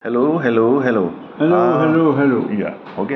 hello hello hello hello हाँ, hello hello या हो गया